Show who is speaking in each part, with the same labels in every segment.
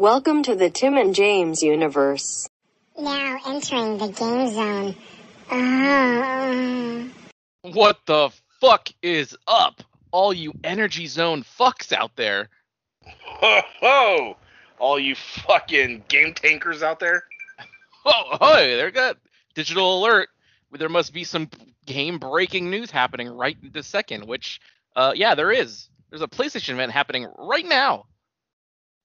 Speaker 1: Welcome to the Tim and James universe.
Speaker 2: Now entering the game zone. Oh.
Speaker 3: What the fuck is up, all you energy zone fucks out there?
Speaker 4: Ho ho! All you fucking game tankers out there.
Speaker 3: Oh, hey, there got digital alert. There must be some game breaking news happening right this second, which, uh, yeah, there is. There's a PlayStation event happening right now.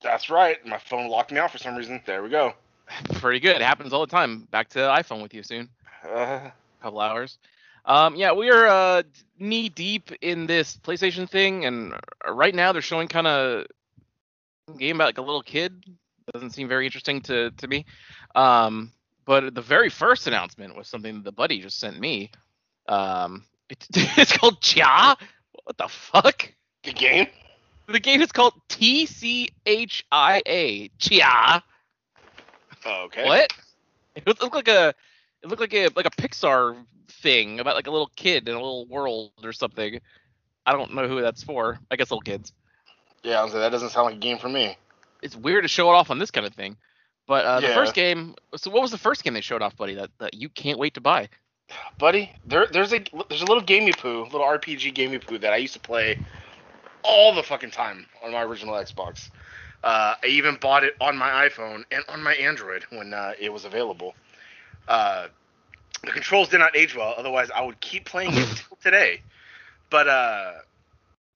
Speaker 4: That's right. My phone locked me out for some reason. There we go.
Speaker 3: Pretty good. It happens all the time. Back to iPhone with you soon.
Speaker 4: Uh,
Speaker 3: couple hours. Um, yeah, we are uh, knee deep in this PlayStation thing, and uh, right now they're showing kind of game about like a little kid. Doesn't seem very interesting to to me. Um, but the very first announcement was something that the buddy just sent me. Um, it's, it's called Ja. What the fuck?
Speaker 4: the game?
Speaker 3: The game is called T C H I A. Chia.
Speaker 4: Okay.
Speaker 3: What? It looked like a it looked like a like a Pixar thing about like a little kid in a little world or something. I don't know who that's for. I guess little kids.
Speaker 4: Yeah, I was like, that doesn't sound like a game for me.
Speaker 3: It's weird to show it off on this kind of thing. But uh, the
Speaker 4: Yeah.
Speaker 3: first game. So what was the first game they showed off, buddy? That, that you can't wait to buy.
Speaker 4: Buddy, there, there's a there's a little gamey poo, little RPG gamey poo that I used to play all the fucking time on my original Xbox. Uh, I even bought it on my iPhone and on my Android when uh, it was available. Uh, the controls did not age well, otherwise I would keep playing it till today. But uh,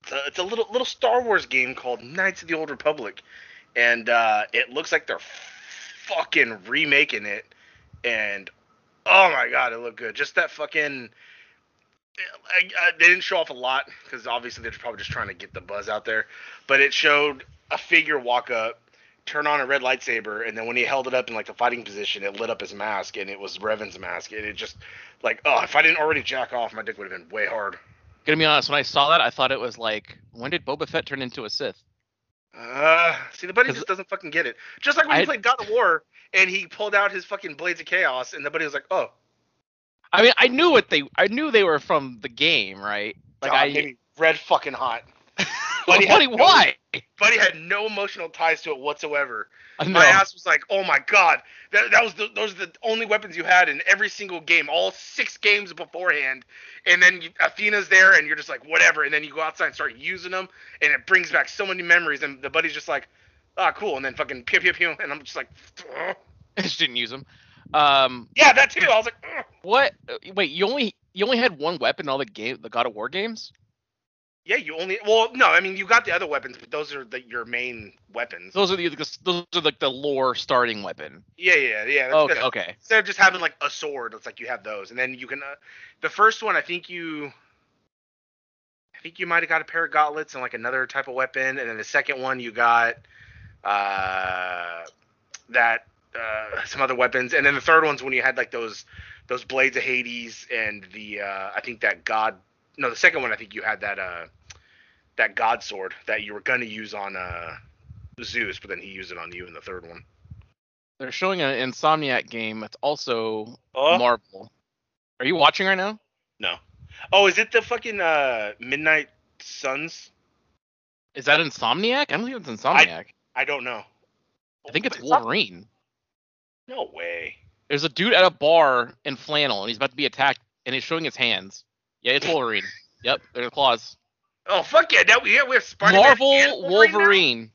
Speaker 4: it's, a, it's a little little Star Wars game called Knights of the Old Republic, and uh, it looks like they're fucking remaking it. And Oh my god, it looked good. Just that fucking. I, I, they didn't show off a lot because obviously they're probably just trying to get the buzz out there. But it showed a figure walk up, turn on a red lightsaber, and then when he held it up in like the fighting position, it lit up his mask, and it was Revan's mask, and it just like oh, if I didn't already jack off, my dick would have been way hard.
Speaker 3: Gonna be honest, when I saw that, I thought it was like, when did Boba Fett turn into a Sith?
Speaker 4: Uh, see, the buddy
Speaker 3: 'Cause-
Speaker 4: just doesn't fucking get it. Just like when
Speaker 3: I-
Speaker 4: he played God of War and he pulled out his fucking Blades of Chaos, and the buddy was like, oh,
Speaker 3: I mean, I knew what they, I knew they were from the game, right? Like
Speaker 4: God,
Speaker 3: I,
Speaker 4: made me red fucking hot.
Speaker 3: buddy,
Speaker 4: Buddy had no-
Speaker 3: why?
Speaker 4: Buddy had no emotional ties to it whatsoever.
Speaker 3: I know.
Speaker 4: My ass was like, "Oh my god, that, that was the, those are the only weapons you had in every single game, all six games beforehand." And then you, Athena's there, and you're just like, "Whatever." And then you go outside and start using them, and it brings back so many memories. And the buddy's just like, "Ah, cool." And then fucking pew pew pew, and I'm just like, "Ugh."
Speaker 3: I just didn't use them. Um,
Speaker 4: "Yeah, that too." I was like, "Ugh."
Speaker 3: What? uh, Wait, you only you only had one weapon in all the game, the God of War games.
Speaker 4: "Yeah, you only well, no, I mean you got the other weapons, but those are the, your main weapons."
Speaker 3: Those are the those are like the lore starting weapon.
Speaker 4: Yeah, yeah, yeah. that's-
Speaker 3: Okay,
Speaker 4: that's-
Speaker 3: okay.
Speaker 4: instead of just having like a sword, it's like you have those, and then you can. Uh, the first one, I think you, I think you might have got a pair of gauntlets and like another type of weapon, and then the second one you got uh, that uh, some other weapons, and then the third one's when you had like those those blades of Hades and the uh, I think that god no the second one I think you had that uh that god sword that you were gonna use on uh Zeus, but then he used it on you in the third one.
Speaker 3: They're showing an Insomniac game that's also
Speaker 4: Oh,
Speaker 3: Marvel. Are you watching right now?
Speaker 4: No. Oh, is it the fucking uh, Midnight Suns?
Speaker 3: Is that Insomniac? I don't think it's Insomniac.
Speaker 4: I don't know.
Speaker 3: I, think it's
Speaker 4: not-
Speaker 3: Wolverine.
Speaker 4: No way.
Speaker 3: There's a dude at a bar in flannel, and he's about to be attacked, and he's showing his hands. Yeah, it's Wolverine. yep, there's the claws.
Speaker 4: Oh fuck yeah! Now we, yeah, we have Spider
Speaker 3: Marvel Wolverine,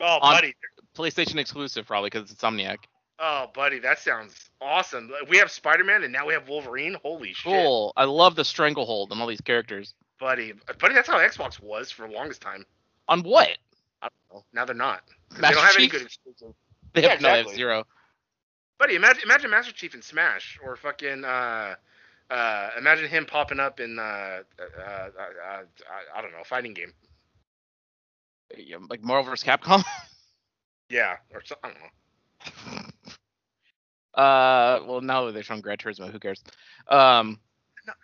Speaker 4: Oh
Speaker 3: on-
Speaker 4: buddy.
Speaker 3: PlayStation exclusive probably because it's Insomniac.
Speaker 4: Oh buddy, that sounds awesome. We have Spider Man and now we have Wolverine. Holy shit,
Speaker 3: Cool. I love the stranglehold on all these characters.
Speaker 4: buddy. Buddy, that's how Xbox was for the longest time.
Speaker 3: On what?
Speaker 4: Well, now they're not. 'Cause
Speaker 3: Master
Speaker 4: they don't have
Speaker 3: Chief?
Speaker 4: any good exclusive.
Speaker 3: They
Speaker 4: Yeah,
Speaker 3: have no they have
Speaker 4: exactly.
Speaker 3: zero.
Speaker 4: Buddy, imagine imagine Master Chief in Smash or fucking uh. Uh, imagine him popping up in uh, uh, uh, uh, uh, I don't know, fighting game.
Speaker 3: Yeah, Like Marvel vs. Capcom.
Speaker 4: Yeah, or so, I don't know.
Speaker 3: uh, well, now that they're showing Gran Turismo, who cares? Um,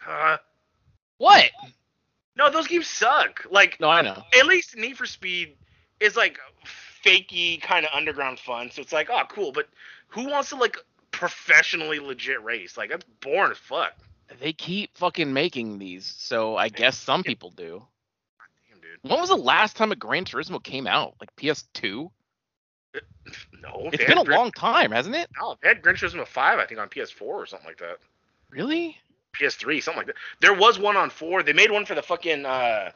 Speaker 4: Uh,
Speaker 3: what?
Speaker 4: no, those games suck. Like,
Speaker 3: No, I know.
Speaker 4: at least Need for Speed is like fakey kind of underground fun. So it's like, oh, cool. But who wants to like professionally legit race? Like, that's boring as fuck.
Speaker 3: They keep fucking making these, so I guess some people do.
Speaker 4: Damn, dude.
Speaker 3: When was the last time a Gran Turismo came out? Like PS2?
Speaker 4: No,
Speaker 3: Mm. It's
Speaker 4: they
Speaker 3: been a
Speaker 4: had Grinch-
Speaker 3: long time, hasn't it?
Speaker 4: No, they had Grinchrism five, I think, on PS4 or something like that.
Speaker 3: Really?
Speaker 4: PS3, something like that. There was one on four. They made one for the fucking uh,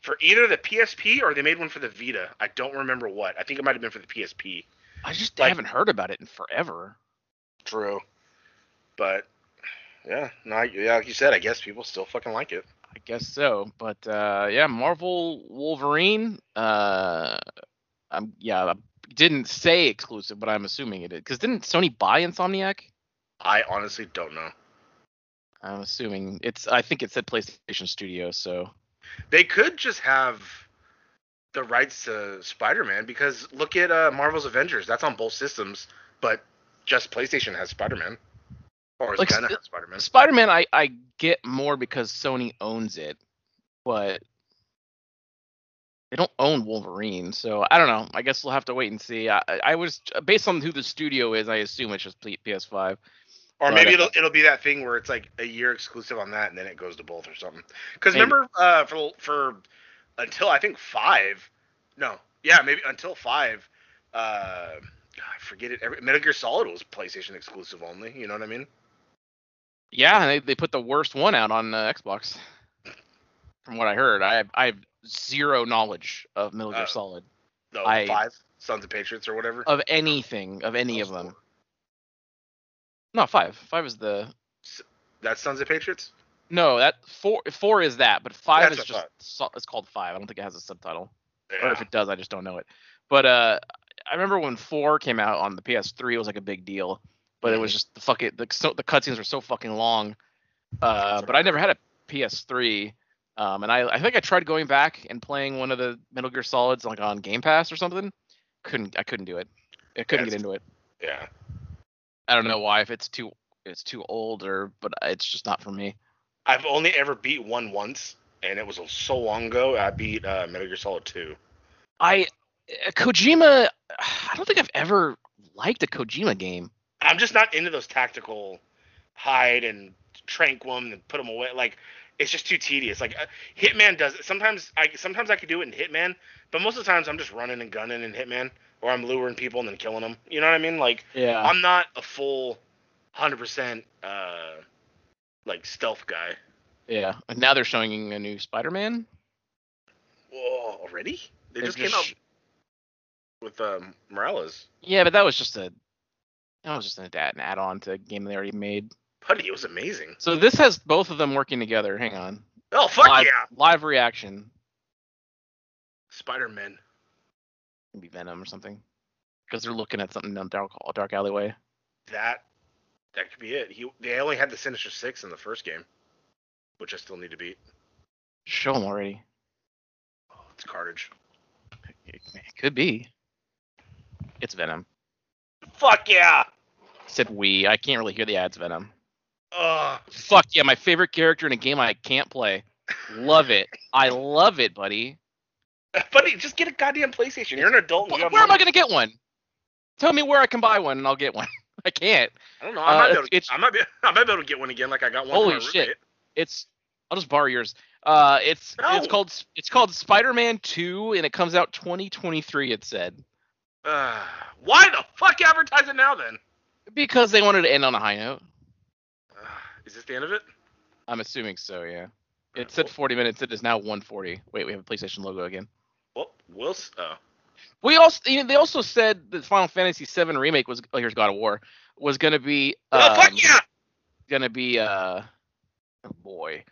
Speaker 4: for either the PSP or they made one for the Vita. I don't remember what. I think it might have been for the PSP.
Speaker 3: I just
Speaker 4: Like-
Speaker 3: haven't heard about it in forever.
Speaker 4: True, but yeah, no, I- yeah, like you said, I guess people still fucking like it.
Speaker 3: I guess so. But uh, yeah, Marvel Wolverine. Uh, I'm yeah, I didn't say exclusive, but I'm assuming it is because didn't Sony buy Insomniac?
Speaker 4: I honestly don't know.
Speaker 3: I'm assuming it's. I think it said PlayStation Studio. So
Speaker 4: They could just have the rights to Spider-Man because look at uh, Marvel's Avengers. That's on both systems, but just PlayStation has Spider-Man, or is
Speaker 3: Like,
Speaker 4: gonna
Speaker 3: st-
Speaker 4: have Spider-Man.
Speaker 3: Spider-Man, I I get more because Sony owns it, but they don't own Wolverine. So I don't know. I guess we'll have to wait and see. I I I was based on who the studio is. I assume it's just P- PS5.
Speaker 4: Or
Speaker 3: Right.
Speaker 4: maybe it'll it'll be that thing where it's like a year exclusive on that, and then it goes to both or something. Because
Speaker 3: Maybe.
Speaker 4: remember, uh, for for until I think five, no, yeah, maybe until five, uh, I forget it. Every, Metal Gear Solid was PlayStation exclusive only. You know what I mean?
Speaker 3: Yeah, and they, they put the worst one out on uh, Xbox. From what I heard, I have, I have zero knowledge of Metal Gear
Speaker 4: Oh.
Speaker 3: Solid
Speaker 4: The
Speaker 3: I-
Speaker 4: five Sons of Patriots or whatever.
Speaker 3: of anything of any
Speaker 4: Those
Speaker 3: of them.
Speaker 4: four.
Speaker 3: No, five. Five is the
Speaker 4: That's Sons of Patriots.
Speaker 3: no that four four is that, but five
Speaker 4: That's
Speaker 3: is
Speaker 4: what I
Speaker 3: just so, it's called five. I don't think it has a subtitle, or if
Speaker 4: Yeah.
Speaker 3: it does, I just don't know it. But uh, I remember when four came out on the PS3, it was like a big deal, but it was just the fuck it. The, so, the cutscenes were so fucking long. Uh, but I never had a PS3. Um, and I, I think I tried going back and playing one of the Metal Gear Solids like on Game Pass or something. Couldn't I couldn't do it. I couldn't
Speaker 4: Yeah,
Speaker 3: get into it.
Speaker 4: yeah.
Speaker 3: I don't know why if it's too it's too old or but it's just not for me.
Speaker 4: I've only ever beat one once, and it was so long ago. I beat uh, Metal Gear Solid two.
Speaker 3: I uh, Kojima I don't think I've ever liked a Kojima game.
Speaker 4: I'm just not into those tactical hide and trank them and put them away. Like it's just too tedious. Like uh, Hitman does it. Sometimes I sometimes I could do it in Hitman, but most of the times I'm just running and gunning in Hitman, or I'm luring people and then killing them. You know what I mean? Like
Speaker 3: Yeah.
Speaker 4: I'm not a full, hundred percent uh, like stealth guy.
Speaker 3: yeah. And now they're showing a new Spider-Man.
Speaker 4: Whoa, already? They
Speaker 3: They've
Speaker 4: just, came
Speaker 3: sh-
Speaker 4: out with um, Morales.
Speaker 3: Yeah, but that was just a that was just an ad- an add-on to a game they already made.
Speaker 4: Putty, it was amazing.
Speaker 3: So this has both of them working together. Hang on.
Speaker 4: Oh fuck
Speaker 3: live,
Speaker 4: yeah,
Speaker 3: live reaction.
Speaker 4: Spider Man.
Speaker 3: Maybe Venom or something. Because they're looking at something down dark, dark alleyway.
Speaker 4: that that could be it. He they only had the Sinister Six in the first game, which I still need to beat.
Speaker 3: Show them already.
Speaker 4: Oh, it's carnage.
Speaker 3: It, it could be. It's Venom.
Speaker 4: Fuck yeah.
Speaker 3: Said we. I can't really hear the ads, Venom.
Speaker 4: Ugh.
Speaker 3: Fuck yeah, my favorite character in a game I can't play. Love it. I love it, buddy.
Speaker 4: Buddy, just get a goddamn PlayStation. You're an adult. And you
Speaker 3: Wh-
Speaker 4: have
Speaker 3: where am I
Speaker 4: money.
Speaker 3: going to get one? Tell me where I can buy one and I'll get one. I can't.
Speaker 4: I don't know. I might,
Speaker 3: Uh,
Speaker 4: be able to,
Speaker 3: it's-
Speaker 4: I might be. I might be able to get one again, like I got one.
Speaker 3: Holy
Speaker 4: for my
Speaker 3: shit.
Speaker 4: roommate.
Speaker 3: It's I'll just borrow yours. Uh it's it's
Speaker 4: No.
Speaker 3: called it's called Spider-Man 2 and it comes out 2023 it said.
Speaker 4: Ugh. why the fuck advertise it now then?
Speaker 3: Because they wanted to end on a high note.
Speaker 4: Ugh. is this the end of it?
Speaker 3: I'm assuming so, yeah.
Speaker 4: Alright,
Speaker 3: It said 40 minutes. It is now 140. Wait, we have a PlayStation logo again.
Speaker 4: Well, we'll. s- Oh.
Speaker 3: We also, you know, they also said that Final Fantasy VII remake was, oh, here's God of War, was gonna be,
Speaker 4: oh
Speaker 3: um,
Speaker 4: fuck yeah!
Speaker 3: gonna be, uh, oh boy,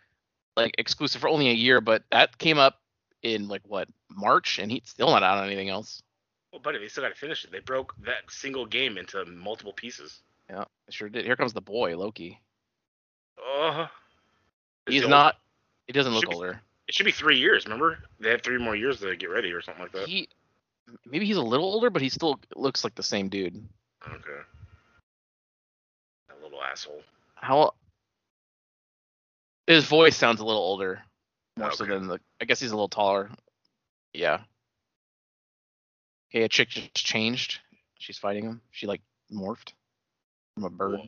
Speaker 3: like exclusive for only a year. But that came up in like what March, and he's still not out on anything else.
Speaker 4: Well, buddy, they still got to finish it. They broke that single game into multiple pieces.
Speaker 3: Yeah, they sure did. Here comes the boy, Loki.
Speaker 4: Oh.
Speaker 3: He's
Speaker 4: Still-
Speaker 3: not. He doesn't look
Speaker 4: Should be-
Speaker 3: older.
Speaker 4: It should be three years. Remember, they had three more years to get ready or something like that.
Speaker 3: He, maybe he's a little older, but he still looks like the same dude.
Speaker 4: Okay. That little asshole.
Speaker 3: how his voice sounds a little older more so
Speaker 4: Okay.
Speaker 3: than the i guess he's a little taller yeah hey a chick just changed she's fighting him she like morphed from a bird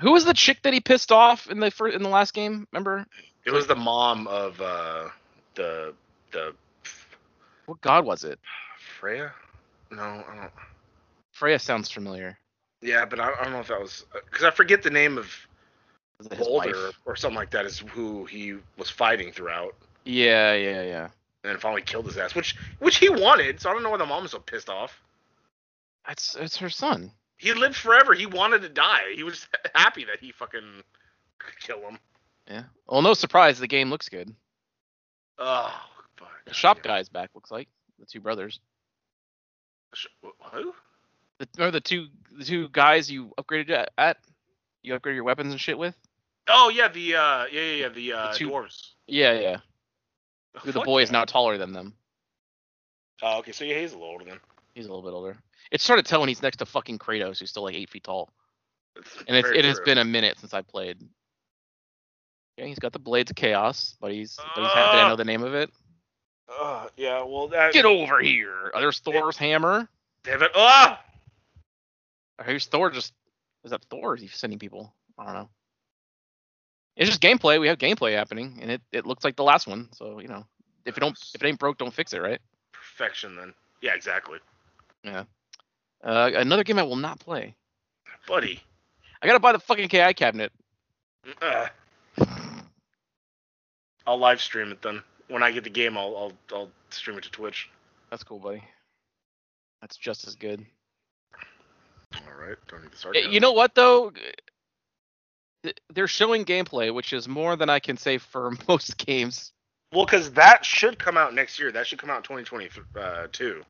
Speaker 3: who was the chick that he pissed off in the first in the last game remember
Speaker 4: It was the mom of uh, the the
Speaker 3: what god was it
Speaker 4: Freya? No, I don't.
Speaker 3: Freya sounds familiar.
Speaker 4: Yeah, but I, I don't know if that was because I forget the name of
Speaker 3: Is it his
Speaker 4: Boulder
Speaker 3: wife?
Speaker 4: or something like that is who he was fighting throughout,
Speaker 3: Yeah, yeah, yeah.
Speaker 4: and then finally killed his ass, which which he wanted. So I don't know why the mom's so pissed off.
Speaker 3: It's it's her son.
Speaker 4: He lived forever. He wanted to die. He was happy that he fucking could kill him.
Speaker 3: Yeah. Well, no surprise. The game looks good.
Speaker 4: Oh, fuck.
Speaker 3: The shop guy's back. Looks like the two brothers.
Speaker 4: Sh- wh- Who?
Speaker 3: The, remember the two the two guys you upgraded at, at? You upgraded your weapons and shit with?
Speaker 4: Oh yeah, the uh, yeah yeah yeah the uh,
Speaker 3: The two-
Speaker 4: dwarves.
Speaker 3: Yeah, yeah. Who the
Speaker 4: Fuck
Speaker 3: boy is
Speaker 4: yeah.
Speaker 3: now taller than them.
Speaker 4: Oh, okay. So yeah, he's a little older then.
Speaker 3: He's a little bit older. It's sort of telling he's next to fucking Kratos, who's still like eight feet tall. And it's,
Speaker 4: Very
Speaker 3: it has
Speaker 4: true.
Speaker 3: been a minute since I played. Yeah, he's got the Blades of Chaos, but he's but he's happy
Speaker 4: Ah!
Speaker 3: I know the name of it.
Speaker 4: Uh, yeah. Well, that.
Speaker 3: Get over
Speaker 4: Ah!
Speaker 3: here. Oh, There's Thor's hammer.
Speaker 4: Damn it. Ah.
Speaker 3: Or here's Thor just is that Thor? Or is he sending people? I don't know. It's just gameplay. We have gameplay happening, and it, it looks like the last one. So you know, if it don't if it ain't broke, don't fix it, right?
Speaker 4: Perfection then. Yeah, exactly,
Speaker 3: Uh, another game I will not play.
Speaker 4: buddy.
Speaker 3: I gotta buy the fucking KI cabinet.
Speaker 4: Uh, I'll live stream it then. When I get the game, I'll I'll, I'll stream it to Twitch.
Speaker 3: That's cool, buddy. That's just as good.
Speaker 4: All right. Don't need to
Speaker 3: Y-
Speaker 4: start.
Speaker 3: You know what though? Th- They're showing gameplay, which is more than I can say for most games.
Speaker 4: Well, because that should come out next year. That should come out in 2022. Uh, two.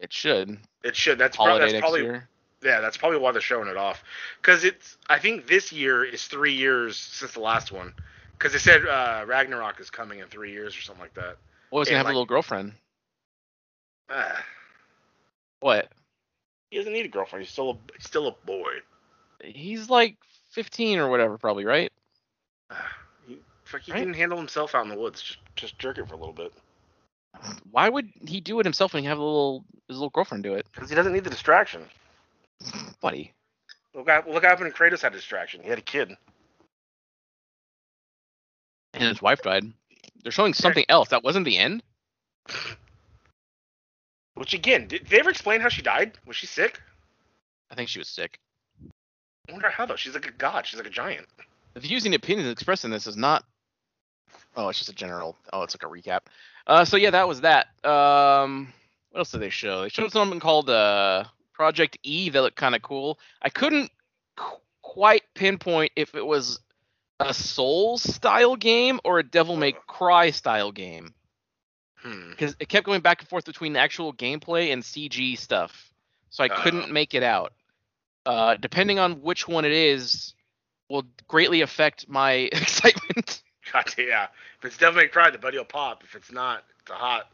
Speaker 3: It should
Speaker 4: it should. That's, prob-
Speaker 3: holiday
Speaker 4: that's
Speaker 3: next
Speaker 4: probably
Speaker 3: year.
Speaker 4: yeah. That's probably why they're showing it off. Because it's. I think this year is three years since the last one. Because they said uh, Ragnarok is coming in three years or something like that.
Speaker 3: Well, he's
Speaker 4: yeah,
Speaker 3: gonna have
Speaker 4: like-
Speaker 3: a little girlfriend.
Speaker 4: Ah,
Speaker 3: What?
Speaker 4: he doesn't need a girlfriend. He's still a he's still a boy.
Speaker 3: He's like 15 or whatever, probably, right?
Speaker 4: Ah, he, fuck, he
Speaker 3: Right.
Speaker 4: can handle himself out in the woods. Just just jerk it for a little bit.
Speaker 3: Why would he do it himself when he have a little his little girlfriend do it,
Speaker 4: Because he doesn't need the distraction.
Speaker 3: buddy?
Speaker 4: Look out! Look out! When Kratos had a distraction, he had a kid.
Speaker 3: And his wife died. They're showing something else. That wasn't the end.
Speaker 4: Which again, did they ever explain how she died? Was she sick?
Speaker 3: I think she was sick.
Speaker 4: I wonder how though. She's like a god. She's like a giant.
Speaker 3: The views and opinions expressed in this is not. Oh, it's just a general. Oh, it's like a recap. Uh, so yeah, that was that. Um, what else did they show? They showed something called uh Project E that looked kind of cool. I couldn't qu- quite pinpoint if it was a Souls style game or a Devil May Cry style game.
Speaker 4: Hmm.
Speaker 3: because it kept going back and forth between actual gameplay and CG stuff, so I
Speaker 4: Uh.
Speaker 3: couldn't make it out. Uh, depending on which one it is, will greatly affect my excitement.
Speaker 4: God, yeah. If it's Devil May Cry, the buddy will pop. If it's not, it's a hot.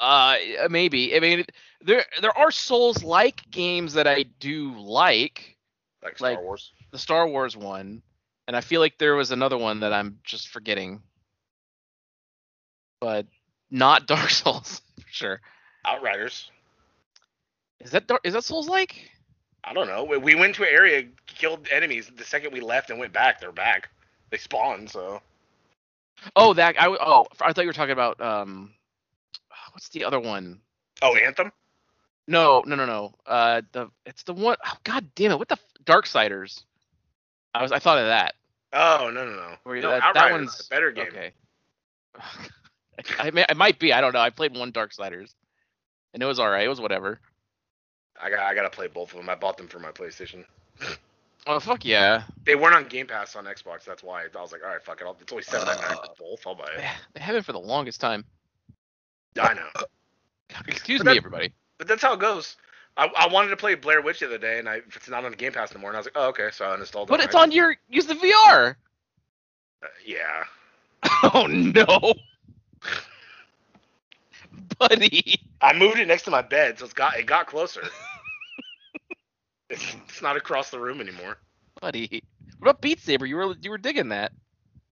Speaker 3: Uh, maybe. I mean, there there are Souls-like games that I do like,
Speaker 4: Like Star
Speaker 3: Like-
Speaker 4: Wars.
Speaker 3: the Star Wars one, and I feel like there was another one that I'm just forgetting, but not Dark Souls for sure.
Speaker 4: Outriders.
Speaker 3: Is that Dar- is that Souls-like?
Speaker 4: I don't know. We, we went to an area, killed enemies. The second we left and went back, they're back. They spawn, so.
Speaker 3: Oh, that I oh I thought you were talking about um, what's the other one?
Speaker 4: Oh, Anthem?
Speaker 3: No, no, no, no. Uh, the it's the one oh God damn it! What the dark siders? I was I thought of that.
Speaker 4: Oh, no, no, no.
Speaker 3: Were you-
Speaker 4: no,
Speaker 3: that- that
Speaker 4: Outriders
Speaker 3: one's-
Speaker 4: is a better game.
Speaker 3: Okay. I, I may, it might be. I don't know. I played one dark siders, and it was all right. It was whatever.
Speaker 4: I got I gotta play both of them. I bought them for my PlayStation.
Speaker 3: Oh fuck yeah!
Speaker 4: They weren't on Game Pass on Xbox. That's why I was like, all right, fuck it. I'll, it's only seven ninety
Speaker 3: Uh.
Speaker 4: nine for both. I'll buy it.
Speaker 3: They they have it for the longest time.
Speaker 4: I know,
Speaker 3: Excuse
Speaker 4: But that-
Speaker 3: me, everybody.
Speaker 4: but that's how it goes. I, I wanted to play Blair Witch the other day, and I if it's not on Game Pass anymore, and I was like, oh okay, so I uninstalled it.
Speaker 3: But
Speaker 4: I-
Speaker 3: it's on your use the VR.
Speaker 4: Uh, yeah.
Speaker 3: Oh no, buddy.
Speaker 4: I moved it next to my bed, so it's got it got closer. it's, it's not across the room anymore.
Speaker 3: buddy. What about Beat Saber? You were you were digging that.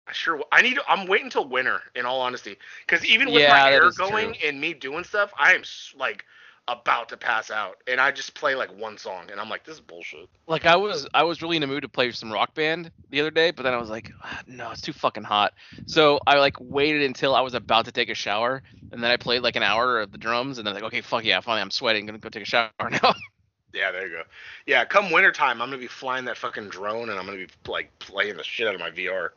Speaker 4: I sure. w- I need. to- I'm waiting till winter, in all honesty, because even with
Speaker 3: Yeah,
Speaker 4: my
Speaker 3: that
Speaker 4: hair
Speaker 3: is
Speaker 4: going and me doing stuff, I am s- like, about to pass out, and I just play like one song, and I'm like, this is bullshit.
Speaker 3: Like I was I was really in a mood to play some rock band the other day, but then I was like, "Ah, no, it's too fucking hot. So I like waited until I was about to take a shower, and then I played like an hour of the drums, and then like, okay, fuck yeah, finally I'm sweating, gonna go take a shower now.
Speaker 4: Yeah, there you go. Yeah, come wintertime, I'm gonna be flying that fucking drone, and I'm gonna be like playing the shit out of my VR,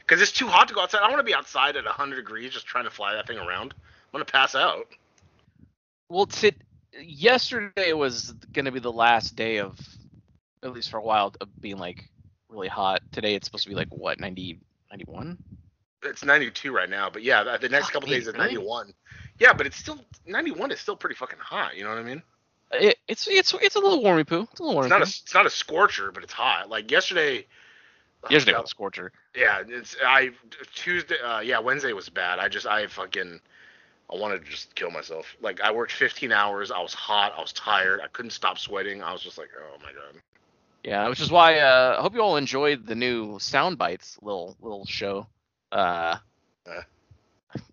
Speaker 4: because it's too hot to go outside. I don't want to be outside at 100 degrees just trying to fly that thing around. I'm gonna pass out.
Speaker 3: well, t- yesterday was gonna be the last day of, at least for a while, of being like really hot. Today it's supposed to be like what 90, 91?
Speaker 4: It's 92 right now, but yeah, the- the next
Speaker 3: Fuck
Speaker 4: couple
Speaker 3: me,
Speaker 4: days is
Speaker 3: really?
Speaker 4: 91. Yeah, but it's still 91 is still pretty fucking hot. You know what I mean?
Speaker 3: It, it's it's it's a little warmy poo. It's a little warmy.
Speaker 4: It's not a it's not a scorcher, but it's hot. Like yesterday.
Speaker 3: yesterday
Speaker 4: Oh,
Speaker 3: was a scorcher.
Speaker 4: Yeah, it's I Tuesday. Uh, yeah, Wednesday was bad. I just I fucking I wanted to just kill myself. Like I worked 15 hours. I was hot. I was tired. I couldn't stop sweating. I was just like, oh my god.
Speaker 3: Yeah, which is why uh, I hope you all enjoyed the new sound bites little little show. Uh,
Speaker 4: Uh.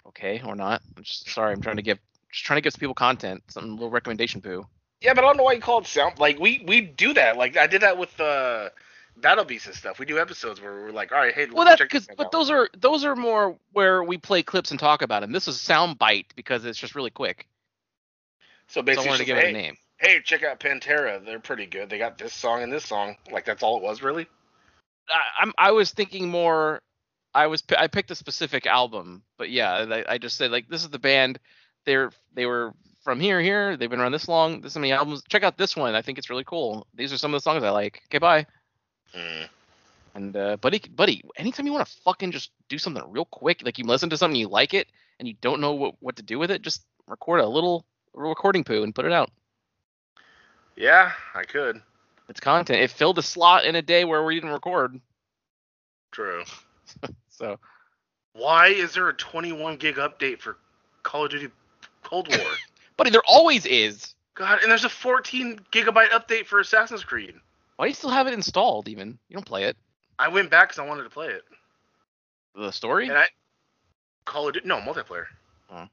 Speaker 3: okay, or not? I'm just sorry. I'm trying to give just trying to give some people content, some little recommendation poo.
Speaker 4: Yeah, but I don't know why you call it sound. Like we we do that. Like I did that with uh, Battle Beast and stuff. We do episodes where we're like, all right, hey,
Speaker 3: Well,
Speaker 4: let's
Speaker 3: that's
Speaker 4: check
Speaker 3: because
Speaker 4: this
Speaker 3: but
Speaker 4: out.
Speaker 3: those are those are more where we play clips and talk about them. This is sound bite because it's just really quick.
Speaker 4: So
Speaker 3: So I
Speaker 4: basically,
Speaker 3: wanted to
Speaker 4: just,
Speaker 3: give it a
Speaker 4: hey,
Speaker 3: name.
Speaker 4: hey, check out Pantera. They're pretty good. They got this song and this song. Like that's all it was really.
Speaker 3: I, I'm I was thinking more. I was I picked a specific album, but yeah, I, I just said like this is the band. They're they were from here here. They've been around this long. This is how many albums. Check out this one. I think it's really cool. These are some of the songs I like. Okay, bye.
Speaker 4: Mm.
Speaker 3: And uh, buddy, buddy, anytime you want to fucking just do something real quick, like you listen to something you like it and you don't know what what to do with it, just record a little recording poo and put it out.
Speaker 4: Yeah, I could.
Speaker 3: It's content. It filled a slot in a day where we didn't record.
Speaker 4: True.
Speaker 3: So
Speaker 4: Why is there a 21 gig update for Call of Duty Cold War?
Speaker 3: buddy, there always is.
Speaker 4: God, and there's a 14 gigabyte update for Assassin's Creed.
Speaker 3: Why do you still have it installed? Even you don't play it.
Speaker 4: I went back because I wanted to play it.
Speaker 3: The story?
Speaker 4: And I Call of Duty, no multiplayer.
Speaker 3: Oh.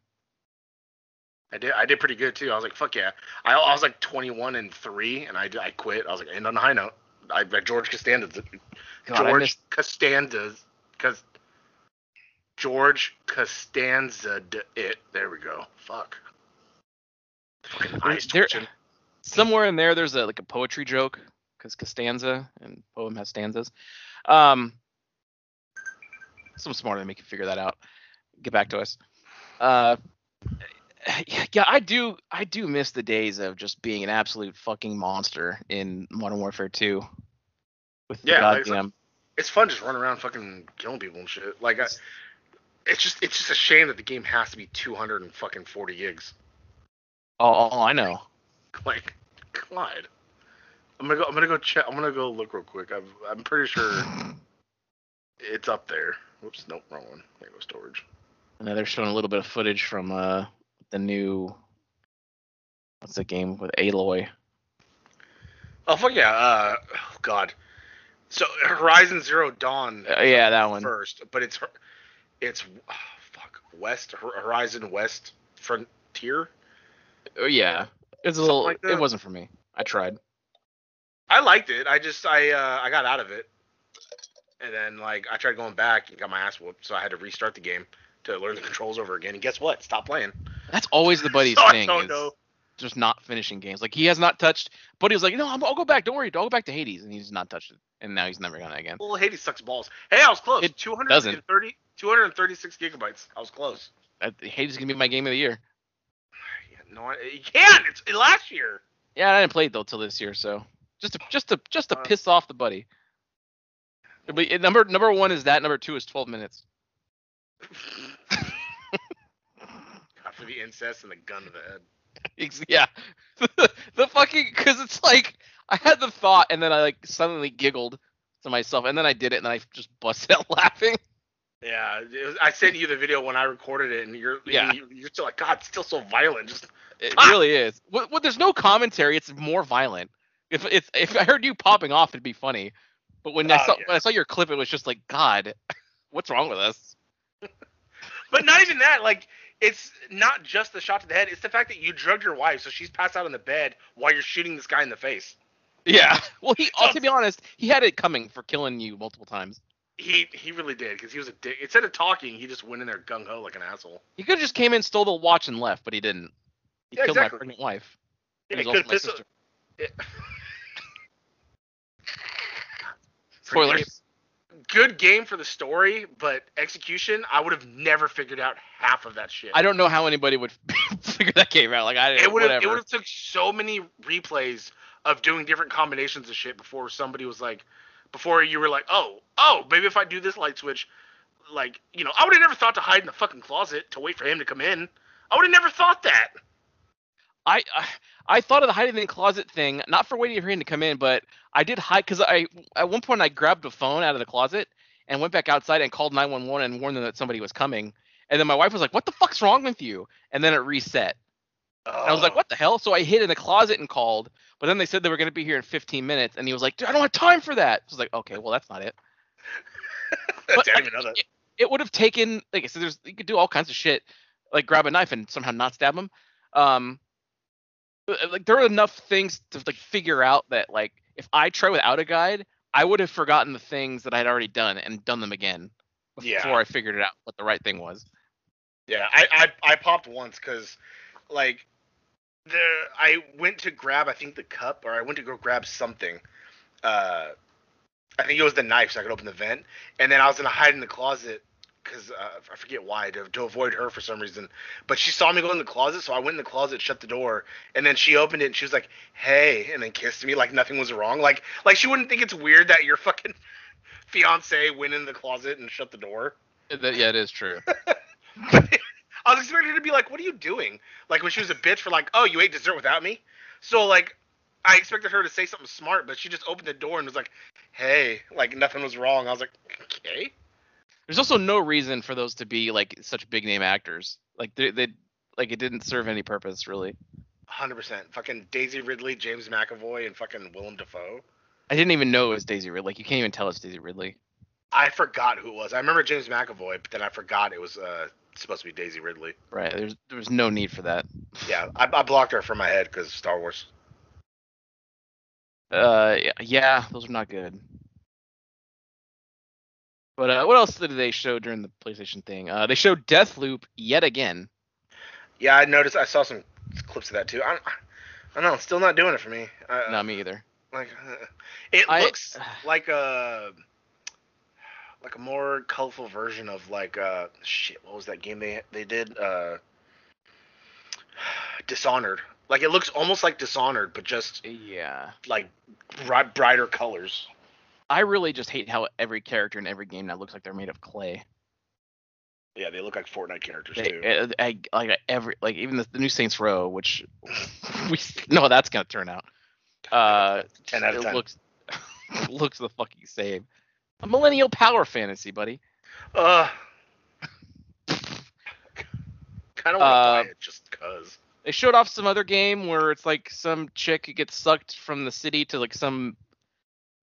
Speaker 4: I did. I did pretty good too. I was like, fuck yeah. I, I was like 21 and three, and I did- I quit. I was like, end on a high note. I, I George Costanza.
Speaker 3: God, I
Speaker 4: George
Speaker 3: missed-
Speaker 4: Costanza. Cause George Costanza. It. There we go. Fuck. Fucking eyes
Speaker 3: there-
Speaker 4: twitching.
Speaker 3: somewhere in there, there's a like a poetry joke because Costanza and poem has stanzas. Um, some smarter than me can figure that out. Get back to us. Uh, yeah, I do. I do miss the days of just being an absolute fucking monster in Modern Warfare 2. With the
Speaker 4: Yeah, like,
Speaker 3: goddamn.
Speaker 4: it's fun just running around fucking killing people and shit. Like, I, it's just it's just a shame that the game has to be 200 and fucking 40 gigs.
Speaker 3: Oh, oh, I know.
Speaker 4: Like, Clyde, I'm gonna go. I'm gonna go check. I'm gonna go look real quick. I'm I'm pretty sure it's up there. Whoops, nope, wrong one. There goes storage.
Speaker 3: And then they're showing a little bit of footage from uh the new. What's the game with Aloy?
Speaker 4: Oh fuck yeah. Uh, oh god. So Horizon Zero Dawn
Speaker 3: Uh, yeah, that one.
Speaker 4: first, but it's Hor- it's oh, fuck West Hor- Horizon West Frontier.
Speaker 3: Oh yeah, it's a little.
Speaker 4: like
Speaker 3: it
Speaker 4: that.
Speaker 3: wasn't for me. I tried.
Speaker 4: I liked it. I just I uh, I got out of it, and then like I tried going back and got my ass whooped, so I had to restart the game to learn the controls over again. And guess what? Stop playing.
Speaker 3: That's always the buddy's
Speaker 4: So I
Speaker 3: thing.
Speaker 4: don't
Speaker 3: is
Speaker 4: know.
Speaker 3: Just not finishing games. Like he has not touched. Buddy was like, no, I'm, I'll go back. Don't worry, I'll go back to Hades, and he's not touched it. And now he's never done it again.
Speaker 4: Well, Hades sucks balls. Hey, I was close.
Speaker 3: It
Speaker 4: 230, 236 gigabytes. I was close.
Speaker 3: That, Uh, Hades is gonna be my game of the year.
Speaker 4: Yeah, no, I, you can't. It's it, last year.
Speaker 3: Yeah, I didn't play it though till this year, so just to just to just to
Speaker 4: Uh,
Speaker 3: piss off the buddy. But it- number number one is that. Number two is 12 minutes.
Speaker 4: God, for the incest and the gun to the head.
Speaker 3: Ex- yeah the fucking because it's like i had the thought and then i like suddenly giggled to myself and then i did it and i just busted out laughing
Speaker 4: Yeah, it was, I sent you the video when I recorded it, and you're
Speaker 3: Yeah.
Speaker 4: you, you're still like, God, it's still so violent. Just
Speaker 3: it
Speaker 4: Ah!
Speaker 3: really is well, well, there's no commentary it's more violent if it's if i heard you popping off it'd be funny but when i
Speaker 4: Oh,
Speaker 3: saw
Speaker 4: yeah.
Speaker 3: when i saw your clip it was just like god what's wrong with us
Speaker 4: But not even that. Like it's not just the shot to the head; it's the fact that you drugged your wife, so she's passed out on the bed while you're shooting this guy in the face.
Speaker 3: Yeah. Well, he uh, to be honest, he had it coming for killing you multiple times.
Speaker 4: He he really did because he was a dick. Instead of talking, he just went in there gung ho like an asshole.
Speaker 3: He could have just came in, stole the watch, and left, but he didn't. He
Speaker 4: Yeah,
Speaker 3: killed my
Speaker 4: exactly.
Speaker 3: pregnant wife. It
Speaker 4: Yeah,
Speaker 3: was
Speaker 4: he
Speaker 3: also
Speaker 4: could've
Speaker 3: my
Speaker 4: pissed-
Speaker 3: sister.
Speaker 4: Pretty
Speaker 3: Spoilers.
Speaker 4: great. Good game for the story, but execution, I would have never figured out half of that shit.
Speaker 3: I don't know how anybody would figure that game out. Like I
Speaker 4: it would have it
Speaker 3: whatever.
Speaker 4: would have took so many replays of doing different combinations of shit before somebody was like before you were like oh oh maybe if i do this light switch like you know i would have never thought to hide in the fucking closet to wait for him to come in i would have never thought that
Speaker 3: I, I I thought of the hiding in the closet thing, not for waiting for him to come in, but I did hide because I at one point I grabbed a phone out of the closet and went back outside and called 911 and warned them that somebody was coming. And then my wife was like, "What the fuck's wrong with you?" And then it reset. And I was like, "What the hell?" So I hid in the closet and called. But then they said they were going to be here in 15 minutes, and he was like, "Dude, I don't have time for that." So I was like, "Okay, well that's not it."
Speaker 4: i
Speaker 3: But
Speaker 4: didn't
Speaker 3: I-
Speaker 4: even know that
Speaker 3: It, it would have taken like I said, there's you could do all kinds of shit, like grab a knife and somehow not stab him. Um, uh, like there are enough things to like figure out that like if I try without a guide, I would have forgotten the things that I'd already done and done them again before
Speaker 4: Yeah.
Speaker 3: I figured it out what the right thing was.
Speaker 4: Yeah, I I, I popped once because like the I went to grab I think the cup or I went to go grab something. Uh, I think it was the knife so I could open the vent, and then I was gonna hide in the closet because uh, I forget why to to avoid her for some reason. But she saw me go in the closet, so I went in the closet, shut the door, and then she opened it and she was like, "Hey," and then kissed me like nothing was wrong. Like like she wouldn't think it's weird that your fucking fiance went in the closet and shut the door.
Speaker 3: Uh, that- yeah, it is true.
Speaker 4: I was expecting her to be like, "What are you doing?" Like when she was a bitch for like, "Oh, you ate dessert without me." So like, I expected her to say something smart, but she just opened the door and was like, "Hey," like nothing was wrong. I was like, "Okay."
Speaker 3: There's also no reason for those to be like such big name actors. Like they, they like it didn't serve any purpose really.
Speaker 4: 100%. Fucking Daisy Ridley, James McAvoy, and fucking Willem Dafoe.
Speaker 3: I didn't even know it was Daisy Ridley. Like you can't even tell it's Daisy Ridley.
Speaker 4: I forgot who it was. I remember James McAvoy, but then I forgot it was uh, supposed to be Daisy Ridley.
Speaker 3: Right. There's there was no need for that.
Speaker 4: Yeah, I, I blocked her from my head because Star Wars.
Speaker 3: Uh, yeah, yeah, those are not good. But uh, what else did they show during the PlayStation thing? Uh, they showed Deathloop yet again.
Speaker 4: Yeah, I noticed. I saw some clips of that too. I don't, I don't know. Still not doing it for me. Uh,
Speaker 3: Not me either.
Speaker 4: Like uh, it
Speaker 3: I- uh,
Speaker 4: looks like a like a more colorful version of like uh shit. What was that game they they did? Uh, Dishonored. Like it looks almost like Dishonored, but just
Speaker 3: Yeah.
Speaker 4: like bri- brighter colors.
Speaker 3: I really just hate how every character in every game now looks like they're made of clay.
Speaker 4: Yeah, they look like Fortnite characters too.
Speaker 3: They, uh, I, like every like even the, the new Saints Row, which we know how that's gonna turn out. Uh,
Speaker 4: 10 out of
Speaker 3: it
Speaker 4: 10.
Speaker 3: looks looks the fucking same. A millennial power fantasy, buddy.
Speaker 4: Uh, kind of want to
Speaker 3: Uh,
Speaker 4: buy it just cause.
Speaker 3: they showed off some other game where it's like some chick who gets sucked from the city to like some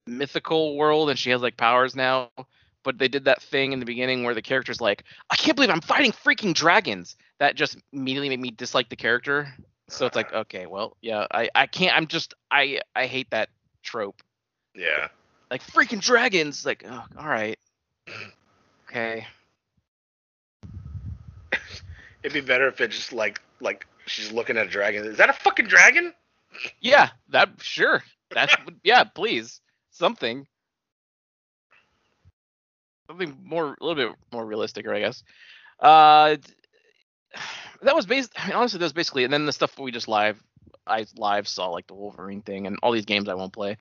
Speaker 3: mythical world and she has like powers now but they did that thing in the beginning where the character's like i can't believe i'm fighting freaking dragons that just immediately made me dislike the character so it's like okay well yeah i i can't i'm just i i hate that trope
Speaker 4: Yeah.
Speaker 3: like freaking dragons like oh, all right okay
Speaker 4: It'd be better if it just like like she's looking at a dragon. Is that a fucking dragon?
Speaker 3: Yeah, that sure. That would yeah, please. Something. Something more a little bit more realistic, I guess. Uh d- that was based I mean, honestly that was basically and then the stuff we just live I live saw like the Wolverine thing and all these games I won't play.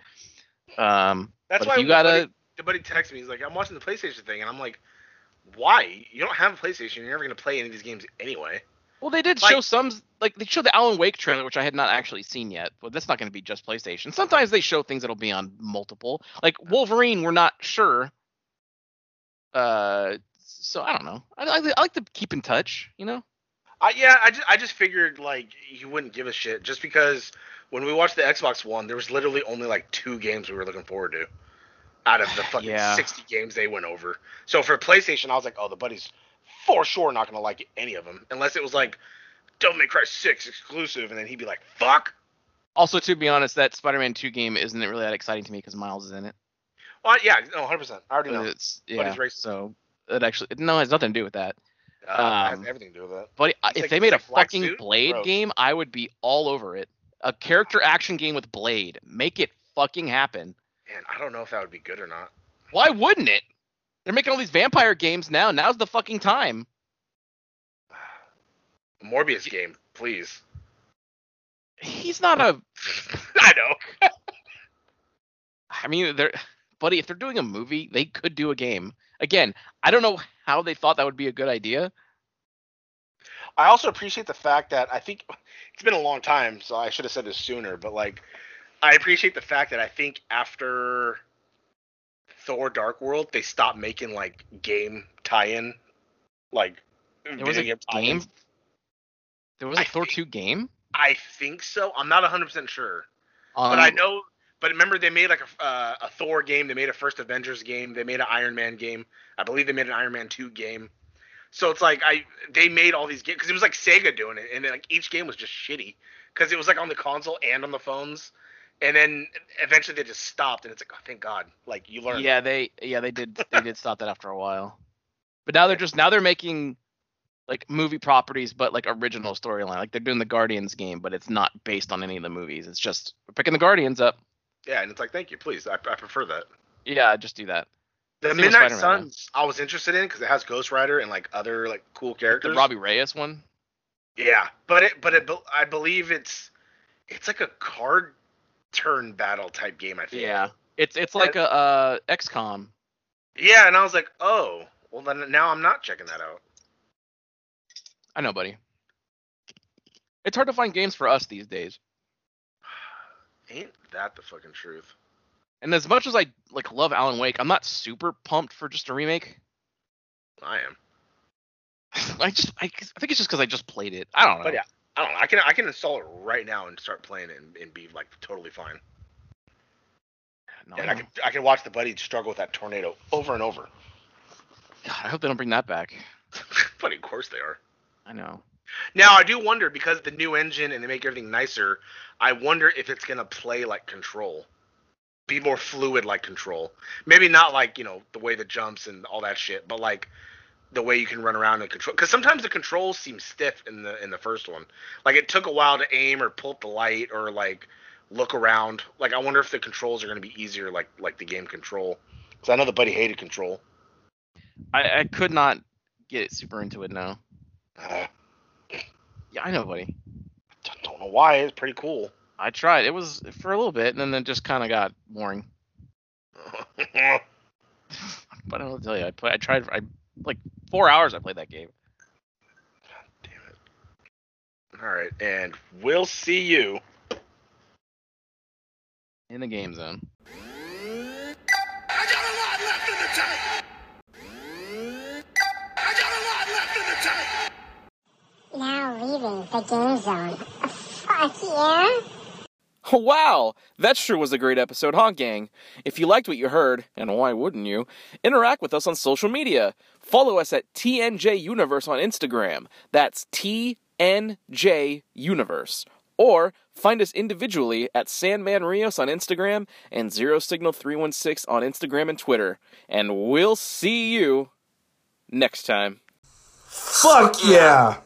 Speaker 3: Um
Speaker 4: That's
Speaker 3: but if
Speaker 4: why
Speaker 3: you gotta
Speaker 4: the buddy texts me. He's like, "I'm watching the PlayStation thing," and I'm like, "Why? You don't have a PlayStation. You're never gonna play any of these games anyway."
Speaker 3: Well, they did
Speaker 4: Like-
Speaker 3: show some, like they showed the Alan Wake trailer, which I had not actually seen yet. But that's not going to be just PlayStation. Sometimes they show things that'll be on multiple, like Wolverine. We're not sure. Uh, so I don't know. I, I, I like to keep in touch, you know.
Speaker 4: I yeah, I just I just figured like you wouldn't give a shit just because when we watched the Xbox One, there was literally only like two games we were looking forward to out of the fucking
Speaker 3: Yeah.
Speaker 4: 60 games they went over. So for PlayStation, I was like, "Oh, the buddy's for sure not gonna like any of them unless it was like Devil May Cry Six exclusive, and then he'd be like, "Fuck."
Speaker 3: Also, to be honest, that Spider-Man 2 game isn't really that exciting to me because Miles is in it.
Speaker 4: Well, yeah, no, 100. percent I already
Speaker 3: But
Speaker 4: know.
Speaker 3: it's
Speaker 4: But
Speaker 3: yeah.
Speaker 4: he's racist.
Speaker 3: So it actually no, it has nothing to do with that.
Speaker 4: Uh, it has
Speaker 3: um,
Speaker 4: everything to do with that.
Speaker 3: But I- if
Speaker 4: He's like-
Speaker 3: they
Speaker 4: he's
Speaker 3: made a
Speaker 4: like black
Speaker 3: fucking
Speaker 4: suit?
Speaker 3: Blade
Speaker 4: Gross.
Speaker 3: game, I would be all over it. A character action game with Blade. Make it fucking happen.
Speaker 4: Man, I don't know if that would be good or not.
Speaker 3: Why wouldn't it? They're making all these vampire games now. Now's the fucking time.
Speaker 4: Morbius game, please.
Speaker 3: He's not a.
Speaker 4: I know.
Speaker 3: I mean, they're. Buddy, if they're doing a movie, they could do a game. Again, I don't know how they thought that would be a good idea.
Speaker 4: I also appreciate the fact that I think it's been a long time, so I should have said this sooner, but like I appreciate the fact that I think after Thor Dark World, they stopped making like game tie in like
Speaker 3: There was a
Speaker 4: video
Speaker 3: game.
Speaker 4: tie-ins.
Speaker 3: There was a
Speaker 4: I
Speaker 3: Thor
Speaker 4: think-
Speaker 3: 2 game.
Speaker 4: I think so. I'm not 100% sure.
Speaker 3: Um,
Speaker 4: but I know but remember they made like a uh, a Thor game, they made a first Avengers game, they made an Iron Man game. I believe they made an Iron Man 2 game. So it's like I they made all these games cuz it was like Sega doing it and then like each game was just shitty cuz it was like on the console and on the phones. And then eventually they just stopped and it's like oh, thank god. Like you learn.
Speaker 3: Yeah, they yeah they did they did stop that after a while, but now they're just now they're making like movie properties, but like original storyline. Like they're doing the Guardians game, but it's not based on any of the movies. It's just we're picking the Guardians up.
Speaker 4: Yeah, and it's like thank you, please. I, I prefer that.
Speaker 3: Yeah, just do that.
Speaker 4: The
Speaker 3: Same with
Speaker 4: Midnight
Speaker 3: Spider-Man, man.
Speaker 4: Suns I was interested in cuz it has Ghost Rider and like other like cool
Speaker 3: The
Speaker 4: characters.
Speaker 3: Robbie Reyes one.
Speaker 4: Yeah, but it but it I believe it's it's like a card turn battle type game. I think.
Speaker 3: it's it's like a uh, XCOM.
Speaker 4: Yeah, and I was like, oh, well then now I'm not checking that out.
Speaker 3: I know, buddy. It's hard to find games for us these days.
Speaker 4: Ain't that the fucking truth?
Speaker 3: And as much as I like love Alan Wake, I'm not super pumped for just a remake.
Speaker 4: I am.
Speaker 3: I just I, I think it's just because I just played it. I don't know.
Speaker 4: But yeah, I don't know. I can I can install it right now and start playing it and, and be like totally fine.
Speaker 3: No,
Speaker 4: And
Speaker 3: I
Speaker 4: I
Speaker 3: don't.
Speaker 4: can I can watch the buddy struggle with that tornado over and over.
Speaker 3: God, I hope they don't bring that back.
Speaker 4: but of course they are.
Speaker 3: I know.
Speaker 4: Now I do wonder because the new engine and they make everything nicer. I wonder if it's gonna play like Control, be more fluid like Control. Maybe not like you know the way the jumps and all that shit, but like the way you can run around and control. Because sometimes the controls seem stiff in the in the first one. Like it took a while to aim or pull up the light or like look around. Like I wonder if the controls are gonna be easier like like the game Control. Because I know the buddy hated Control.
Speaker 3: I, I could not get super into it now.
Speaker 4: Uh,
Speaker 3: Yeah, I know, buddy.
Speaker 4: don't know why. It's pretty cool.
Speaker 3: I tried. It was for a little bit, and then it just kind of got boring. But I don't know what to tell you. I play. I tried. for- I like four hours. I played that game.
Speaker 4: Damn it. All right, and we'll see you.
Speaker 3: in the game zone.
Speaker 2: Now leaving the game zone. Fuck yeah?
Speaker 5: Wow, that sure was a great episode, huh, gang? If you liked what you heard, and why wouldn't you, interact with us on social media. Follow us at TNJ Universe on Instagram. That's TNJ Universe. Or find us individually at Sandman Rios on Instagram and Zero Signal 316 on Instagram and Twitter. And we'll see you next time.
Speaker 6: Fuck yeah.